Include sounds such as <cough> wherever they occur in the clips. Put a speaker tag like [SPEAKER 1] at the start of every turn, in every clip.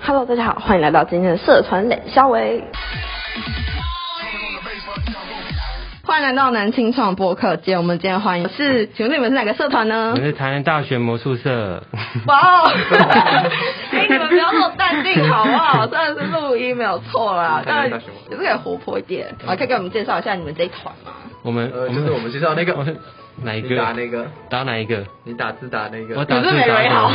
[SPEAKER 1] Hello，大家好，欢迎来到今天的社团冷肖维。欢迎来到南青创播客节，我们今天欢迎是，请问你们是哪个社团呢
[SPEAKER 2] 我？是台南大学魔术社，
[SPEAKER 1] 啊 <laughs> 哇
[SPEAKER 2] <laughs>
[SPEAKER 1] 哦！哎、你们不要那么淡定好不
[SPEAKER 2] <laughs>
[SPEAKER 1] 好？虽然是录音没有错啦，但也是可以活泼一点。好，可以给我们介绍一下你们这一团吗？
[SPEAKER 2] 我们
[SPEAKER 3] 呃，就是我们介绍那个，
[SPEAKER 2] 哪一
[SPEAKER 3] 你
[SPEAKER 2] 个
[SPEAKER 3] 打那个，
[SPEAKER 2] 打哪一个？
[SPEAKER 3] 你打字打那
[SPEAKER 2] 我
[SPEAKER 3] 个，
[SPEAKER 2] 打
[SPEAKER 1] 可
[SPEAKER 2] 字
[SPEAKER 1] 是没
[SPEAKER 2] 打
[SPEAKER 1] 人
[SPEAKER 2] 什
[SPEAKER 1] 好
[SPEAKER 2] 么？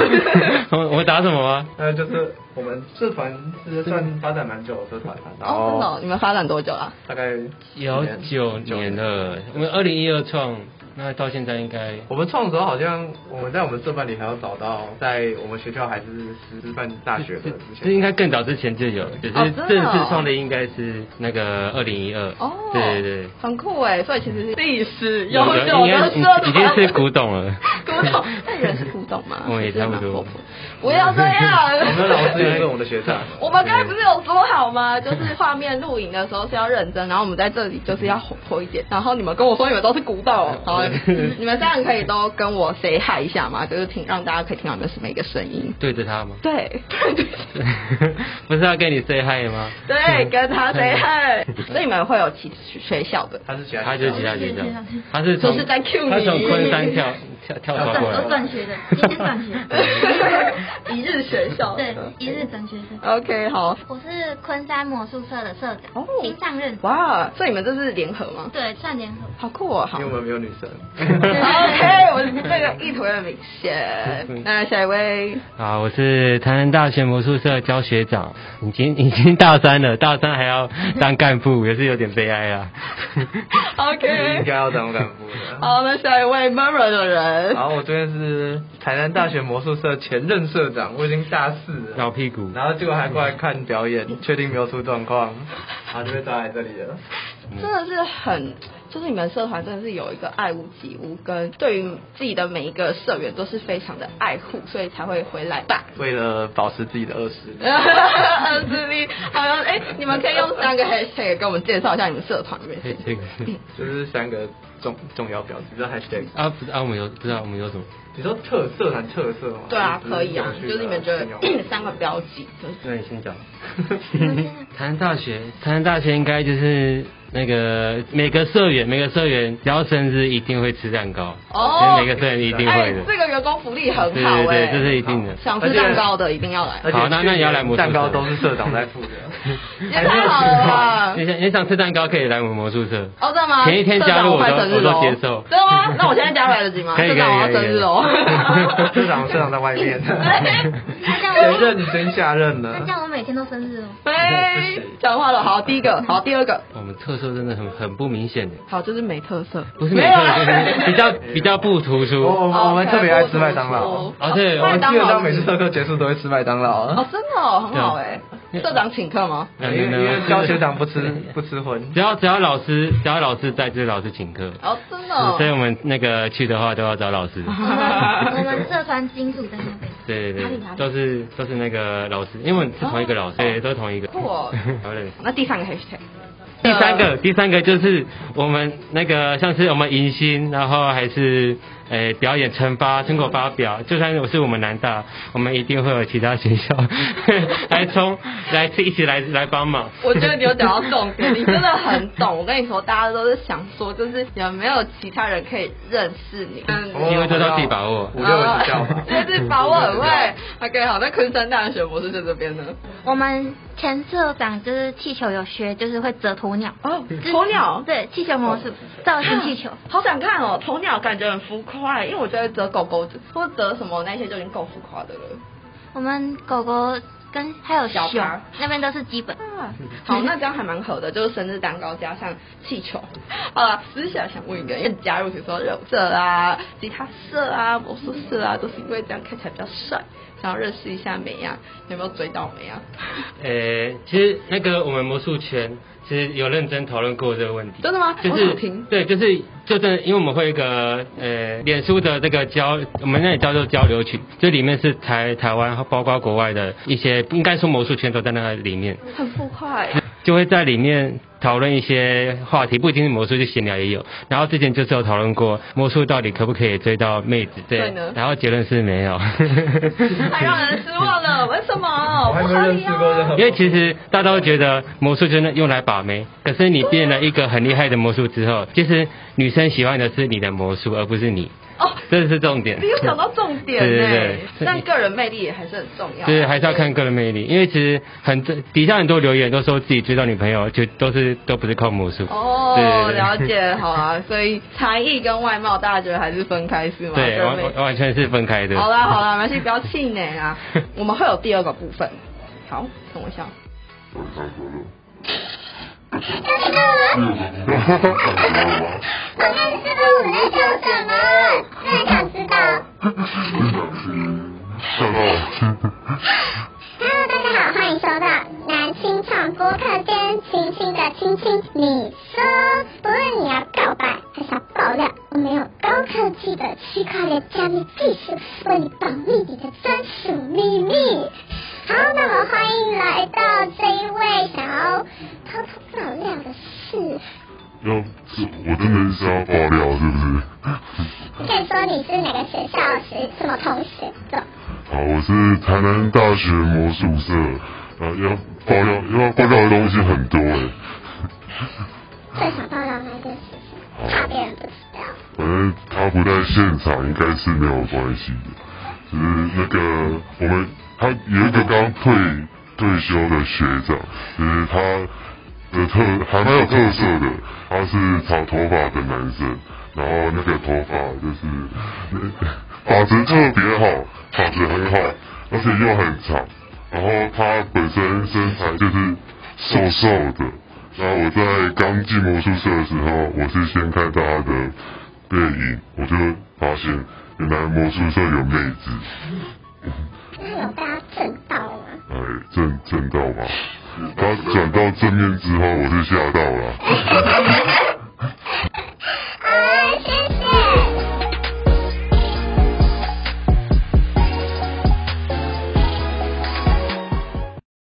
[SPEAKER 2] <laughs> 我我打什么啊？
[SPEAKER 3] 呃，就是我们社团是算发展蛮久的社团了，然
[SPEAKER 1] 哦，真的哦、
[SPEAKER 3] 后
[SPEAKER 1] 你们发展多久啦？
[SPEAKER 3] 大概
[SPEAKER 2] 有
[SPEAKER 3] 年
[SPEAKER 2] 九年，了，我们二零一二创，那到现在应该
[SPEAKER 3] 我们创的时候好像我们在我们社办里还要找到，在我们学校还是师范大学的之
[SPEAKER 2] 这应该
[SPEAKER 3] 前，
[SPEAKER 2] 更早之前就有，只是
[SPEAKER 1] 哦真
[SPEAKER 2] 正
[SPEAKER 1] 的哦
[SPEAKER 2] 式创立应该是那个二零一二。
[SPEAKER 1] 哦，
[SPEAKER 2] 对对对，
[SPEAKER 1] 很酷哎！所以其实是历史悠
[SPEAKER 2] 有
[SPEAKER 1] 久
[SPEAKER 2] 应该
[SPEAKER 1] 的社团，
[SPEAKER 2] 已经是古董了。
[SPEAKER 1] <laughs> 古董，但人是古董嘛，
[SPEAKER 2] <laughs> 我也差不多。
[SPEAKER 1] 不要这
[SPEAKER 2] <laughs>
[SPEAKER 1] 样，
[SPEAKER 3] 我们的老师也是我们的学长，
[SPEAKER 1] 我们刚才不是有说好吗？
[SPEAKER 3] 嗯
[SPEAKER 1] 就是画面录影的时候是要认真，然后我们在这里就是要活泼一点。然后你们跟我说你们都是古董，
[SPEAKER 3] 嗯
[SPEAKER 1] 好，
[SPEAKER 2] 对
[SPEAKER 1] 你们这样可以都跟我 say hi 一下吗？就是听让大家可以听到你们是每个声音。
[SPEAKER 2] 对着他吗？ <laughs>
[SPEAKER 1] 对，对，
[SPEAKER 2] 不是要跟你 say hi 吗？
[SPEAKER 1] <laughs> 对，跟他 say hi。所以你们会有其学校
[SPEAKER 3] <laughs>
[SPEAKER 1] 的，
[SPEAKER 3] 他是其他
[SPEAKER 2] 他
[SPEAKER 3] 学
[SPEAKER 2] 就
[SPEAKER 3] 校
[SPEAKER 2] 吉
[SPEAKER 3] 的
[SPEAKER 2] 他学校，他是从
[SPEAKER 1] 就是在 cue 你
[SPEAKER 2] 他从昆山跳跳跳槽过
[SPEAKER 4] 我
[SPEAKER 2] 来
[SPEAKER 4] 转。学的，今天转学
[SPEAKER 2] <laughs>
[SPEAKER 1] 一日学校
[SPEAKER 4] 对，一日转学生。
[SPEAKER 1] OK，好。
[SPEAKER 4] 我是昆山魔术社的社长
[SPEAKER 1] 哦，
[SPEAKER 4] 新上任。
[SPEAKER 1] 哇，所以你们这是联合吗？
[SPEAKER 4] 对，算联合。
[SPEAKER 1] 好酷哦，好
[SPEAKER 3] 因为。我们没有女
[SPEAKER 2] <laughs>
[SPEAKER 3] 生，
[SPEAKER 1] OK，我是这个意图很明
[SPEAKER 3] <laughs>
[SPEAKER 1] 显。那下一位，
[SPEAKER 2] 啊，我是台南大学魔术社教学长，已经已经大三了，大三还要当干部，也是有点悲哀啊。
[SPEAKER 3] <laughs> 应
[SPEAKER 1] <laughs> OK，
[SPEAKER 3] 该要当干部的。
[SPEAKER 1] 好，那下一位 m u r r 的人
[SPEAKER 3] 然，后我这边是台南大学魔术社前任社长，我已经大四了，
[SPEAKER 2] 老屁股，
[SPEAKER 3] 然后结果还过来看表
[SPEAKER 2] 嗯
[SPEAKER 3] 演，确定没有出状况， <laughs> 然后就被抓来这里了。
[SPEAKER 1] 真的是很，就是你们社团真的是有一个爱屋及乌，跟对于自己的每一个社员都是非常的爱护，所以才会回来
[SPEAKER 2] <laughs>
[SPEAKER 1] 吧。
[SPEAKER 3] 为了保持自己的二十，
[SPEAKER 1] 二十力，好像哎，你们可以用三个 hashtag 给我们介绍一下你们社团里面
[SPEAKER 2] 嘿哎这个
[SPEAKER 3] <laughs> 就是三个重重要标志，这还是
[SPEAKER 2] 啊不是啊，我们有不知道我们有什么？
[SPEAKER 3] 你说特色很特色吗？
[SPEAKER 1] 对啊，可以啊，
[SPEAKER 3] 还
[SPEAKER 1] 就是你们觉得
[SPEAKER 3] 啊
[SPEAKER 1] <coughs> 嗯三个标记，
[SPEAKER 2] <laughs>
[SPEAKER 1] 就是
[SPEAKER 2] 那你先讲。
[SPEAKER 4] 们先讲
[SPEAKER 2] <laughs> 台南大学，台南大学应该就是那个每个社员，每个社员只要生日一定会吃蛋糕，
[SPEAKER 1] 哦
[SPEAKER 2] 每个社员一定
[SPEAKER 1] 哎
[SPEAKER 2] 会，的。
[SPEAKER 1] 这个员工福利很好
[SPEAKER 2] 对
[SPEAKER 1] 哎、
[SPEAKER 2] 对对，这是一定的。
[SPEAKER 1] 想吃蛋糕的一定要来
[SPEAKER 3] 而，且
[SPEAKER 2] 好那那你要来魔术社
[SPEAKER 3] 蛋糕都是社长在付的，
[SPEAKER 1] <laughs> 也太好了吧
[SPEAKER 2] 你！想你想吃蛋糕可以来我们魔术社。
[SPEAKER 1] 哦，真的吗？
[SPEAKER 2] 前一天加入
[SPEAKER 1] 社长我
[SPEAKER 2] 我
[SPEAKER 1] 快
[SPEAKER 2] 都
[SPEAKER 1] 生日
[SPEAKER 2] 我
[SPEAKER 1] 喽
[SPEAKER 2] 都接受。
[SPEAKER 1] 真的吗？那我现在加入来得及吗？
[SPEAKER 2] 可以
[SPEAKER 1] 社
[SPEAKER 2] 可以
[SPEAKER 1] 长我要
[SPEAKER 2] 可以。
[SPEAKER 1] 生日哦。
[SPEAKER 2] 可以
[SPEAKER 3] <laughs> 社长社长在
[SPEAKER 1] <laughs>
[SPEAKER 3] 外面，前
[SPEAKER 4] 那这样
[SPEAKER 3] 任已经下任
[SPEAKER 4] 我，那
[SPEAKER 3] 了
[SPEAKER 4] 这。样我每天都生日
[SPEAKER 1] <laughs>
[SPEAKER 4] 哦。
[SPEAKER 1] 哎，讲话了，好，第一个，好，第二个，
[SPEAKER 2] 我们特色真的很很不明显的，
[SPEAKER 1] 好，就是没特色，
[SPEAKER 2] 不是
[SPEAKER 1] 没
[SPEAKER 2] 每
[SPEAKER 1] 有
[SPEAKER 2] 个比较比较不突
[SPEAKER 3] 我
[SPEAKER 2] 出。
[SPEAKER 3] 我我们特别爱吃麦当劳，
[SPEAKER 1] 哦，
[SPEAKER 2] 哦对
[SPEAKER 3] 我
[SPEAKER 1] 麦
[SPEAKER 3] 们
[SPEAKER 1] 当
[SPEAKER 3] 基本
[SPEAKER 1] 劳
[SPEAKER 3] 上每次。上课结束都会吃麦当劳
[SPEAKER 1] 哦，，真的哦，很好哎。社长请客吗？
[SPEAKER 3] 因为因为教学长不吃不吃荤。
[SPEAKER 2] 只要只要老师只要老师在，就是老师请客。
[SPEAKER 1] 哦，真的哦
[SPEAKER 2] 所以。我们那个去的话都要找
[SPEAKER 1] <laughs>
[SPEAKER 2] 老师。
[SPEAKER 4] 我们我们社团金主在那边。
[SPEAKER 2] 对对
[SPEAKER 4] 哪
[SPEAKER 2] 对
[SPEAKER 4] 里哪，里
[SPEAKER 2] 都是都是那个老师，因为我们是同一个老师，对，都是同一个。
[SPEAKER 1] 酷哦
[SPEAKER 2] <laughs> 好嘞
[SPEAKER 1] 那第三个 hashtag，
[SPEAKER 2] 第三个，呃第三个就是我们那个像是我们迎新，然后还是诶、表演惩罚成果发表，就算我是我们南大，我们一定会有其他学校 <laughs> 来冲来一起来来帮忙。
[SPEAKER 1] 我觉得你有讲到重点，你真的很懂。我跟你说，大家都是想说，就是有没有其他人可以认识你？嗯，
[SPEAKER 2] 机会就到自己把握
[SPEAKER 3] 五六个学校吧
[SPEAKER 1] <laughs> 吧，哦对，自己把握很会。OK，好，那昆山大学博士在这边呢？
[SPEAKER 4] 我们前社长就是气球有学，就是会折鸵鸟。
[SPEAKER 1] 哦
[SPEAKER 4] 就是
[SPEAKER 1] 鸵鸟
[SPEAKER 4] 对，气球魔术，造型气
[SPEAKER 1] <laughs>
[SPEAKER 4] 球。
[SPEAKER 1] 好想看哦，鸵鸟感觉很浮夸，因为我觉得折狗狗或折什么那些就已经够浮夸的了。
[SPEAKER 4] 我们狗狗跟还有
[SPEAKER 1] 小
[SPEAKER 4] 熊
[SPEAKER 1] 孩
[SPEAKER 4] 那边都是基
[SPEAKER 1] <laughs>
[SPEAKER 4] 本。
[SPEAKER 1] 啊，好，那这样还蛮合的，就是生日蛋糕加上气球。 <laughs> 好了，私下想问一个，因为你加入比如说柔社啊、吉他社啊、魔术社啊，都是因为这样看起来比较帅，想要认识一下美亚，有没有追到美亚？啊
[SPEAKER 2] 诶、呃其实那个我们魔术圈其实有认真讨论过这个问题。
[SPEAKER 1] 真的吗
[SPEAKER 2] 就
[SPEAKER 1] 我
[SPEAKER 2] 是
[SPEAKER 1] 想听
[SPEAKER 2] 对，就是就真的，因为我们会有一个呃，脸书的这个交，我们那里叫做交流群，这里面是台台湾包括国外的一些，应该说魔术圈都在那里面。
[SPEAKER 1] <laughs> 很浮夸、欸。
[SPEAKER 2] 就会在里面讨论一些话题，不仅是魔术，就闲聊也有。然后之前就是有讨论过魔术到底可不可以追到妹子，
[SPEAKER 1] 对呢
[SPEAKER 2] 然后结论是没有， <laughs>
[SPEAKER 1] 太让人失望了，为什么？
[SPEAKER 3] 我还
[SPEAKER 1] 不
[SPEAKER 3] 没
[SPEAKER 1] 合
[SPEAKER 3] 认
[SPEAKER 1] 理
[SPEAKER 3] 识
[SPEAKER 1] 啊
[SPEAKER 3] 过
[SPEAKER 1] <laughs>
[SPEAKER 2] <laughs>
[SPEAKER 3] 任何，
[SPEAKER 2] 因为其实大家都觉得魔术就是用来把妹，可是你变了一个很厉害的魔术之后，其实女生喜欢的是你的魔术，而不是你，
[SPEAKER 1] 哦，
[SPEAKER 2] 这是重点。
[SPEAKER 1] 没有讲到重点
[SPEAKER 2] 对对
[SPEAKER 1] 呢
[SPEAKER 2] 对，
[SPEAKER 1] 但个人魅力也还是很重要啊。
[SPEAKER 2] 就是还是要看个人魅力，因为其实很底下很多留言都说自己追到女朋友，就都是都不是靠魔术。对
[SPEAKER 1] 哦，
[SPEAKER 2] 对对
[SPEAKER 1] 了解，好啊，所以才艺跟外貌，大家觉得还是分开是吗？个
[SPEAKER 2] 对，
[SPEAKER 1] 人
[SPEAKER 2] 完
[SPEAKER 1] 魅力
[SPEAKER 2] 完完全是分开的。
[SPEAKER 1] 好啦好啦，没关系，不要气馁啊。我们会有第二个部分。好，等我一下。
[SPEAKER 5] 我看知道我在想什么，那你想知道？Hello，大家好，欢迎收到南青唱播客间，轻轻的亲亲，你说，不论你要告白还是要爆料，我们有高科技的区块链加密技术为你保密你的专属秘密。好，那么欢迎来到这一位想要偷偷爆料的事。
[SPEAKER 6] 要是我真的是要爆料，是不是？
[SPEAKER 5] 你可以说你是哪个学校是什么同学的？
[SPEAKER 6] 好，我是台南大学魔术社，啊，要爆料，要爆料的东西很多哎、
[SPEAKER 5] 最想爆料哪一件事情？怕别人不知道。
[SPEAKER 6] 反正呃他不在现场，应该是没有关系的。只是那个我们他有一个刚退退休的学长，就是他的特还蛮有特色的，他是长头发的男生，然后那个头发就是呃发质特别好，发质很好，而且又很长，然后他本身身材就是瘦瘦的。然后我在刚进魔术社的时候，我是先看到他的背影，我就发现原来魔术社有妹子，
[SPEAKER 5] 那有被他震到吗？
[SPEAKER 6] 哎，震震到吧。他转到正面之后，我是吓到了。